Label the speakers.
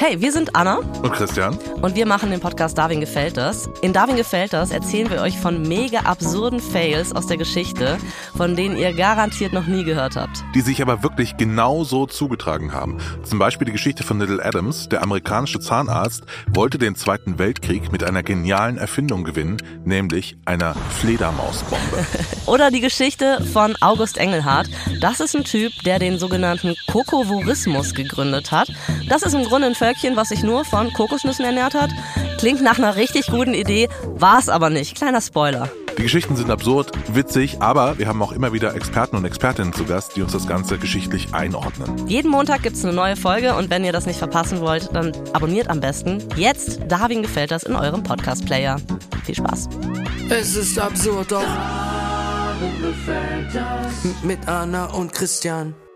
Speaker 1: Hey, wir sind Anna
Speaker 2: Und Christian?
Speaker 1: und wir machen den Podcast Darwin gefällt das. In Darwin gefällt das erzählen wir euch von mega absurden Fails aus der Geschichte, von denen ihr garantiert noch nie gehört habt.
Speaker 2: Die sich aber wirklich genauso zugetragen haben. Zum Beispiel die Geschichte von Little Adams. Der amerikanische Zahnarzt wollte den Zweiten Weltkrieg mit einer genialen Erfindung gewinnen, nämlich einer Fledermausbombe.
Speaker 1: Oder die Geschichte von August Engelhardt. Das ist ein Typ, der den sogenannten Kokovorismus gegründet hat. Das ist im Grunde ein Völkchen, was sich nur von Kokosnüssen ernährt hat. Klingt nach einer richtig guten Idee, war es aber nicht. Kleiner Spoiler.
Speaker 2: Die Geschichten sind absurd, witzig, aber wir haben auch immer wieder Experten und Expertinnen zu Gast, die uns das Ganze geschichtlich einordnen.
Speaker 1: Jeden Montag gibt's eine neue Folge und wenn ihr das nicht verpassen wollt, dann abonniert am besten jetzt Darwin gefällt das in eurem Podcast-Player. Viel Spaß.
Speaker 3: Es ist absurd, doch. Mit Anna und Christian.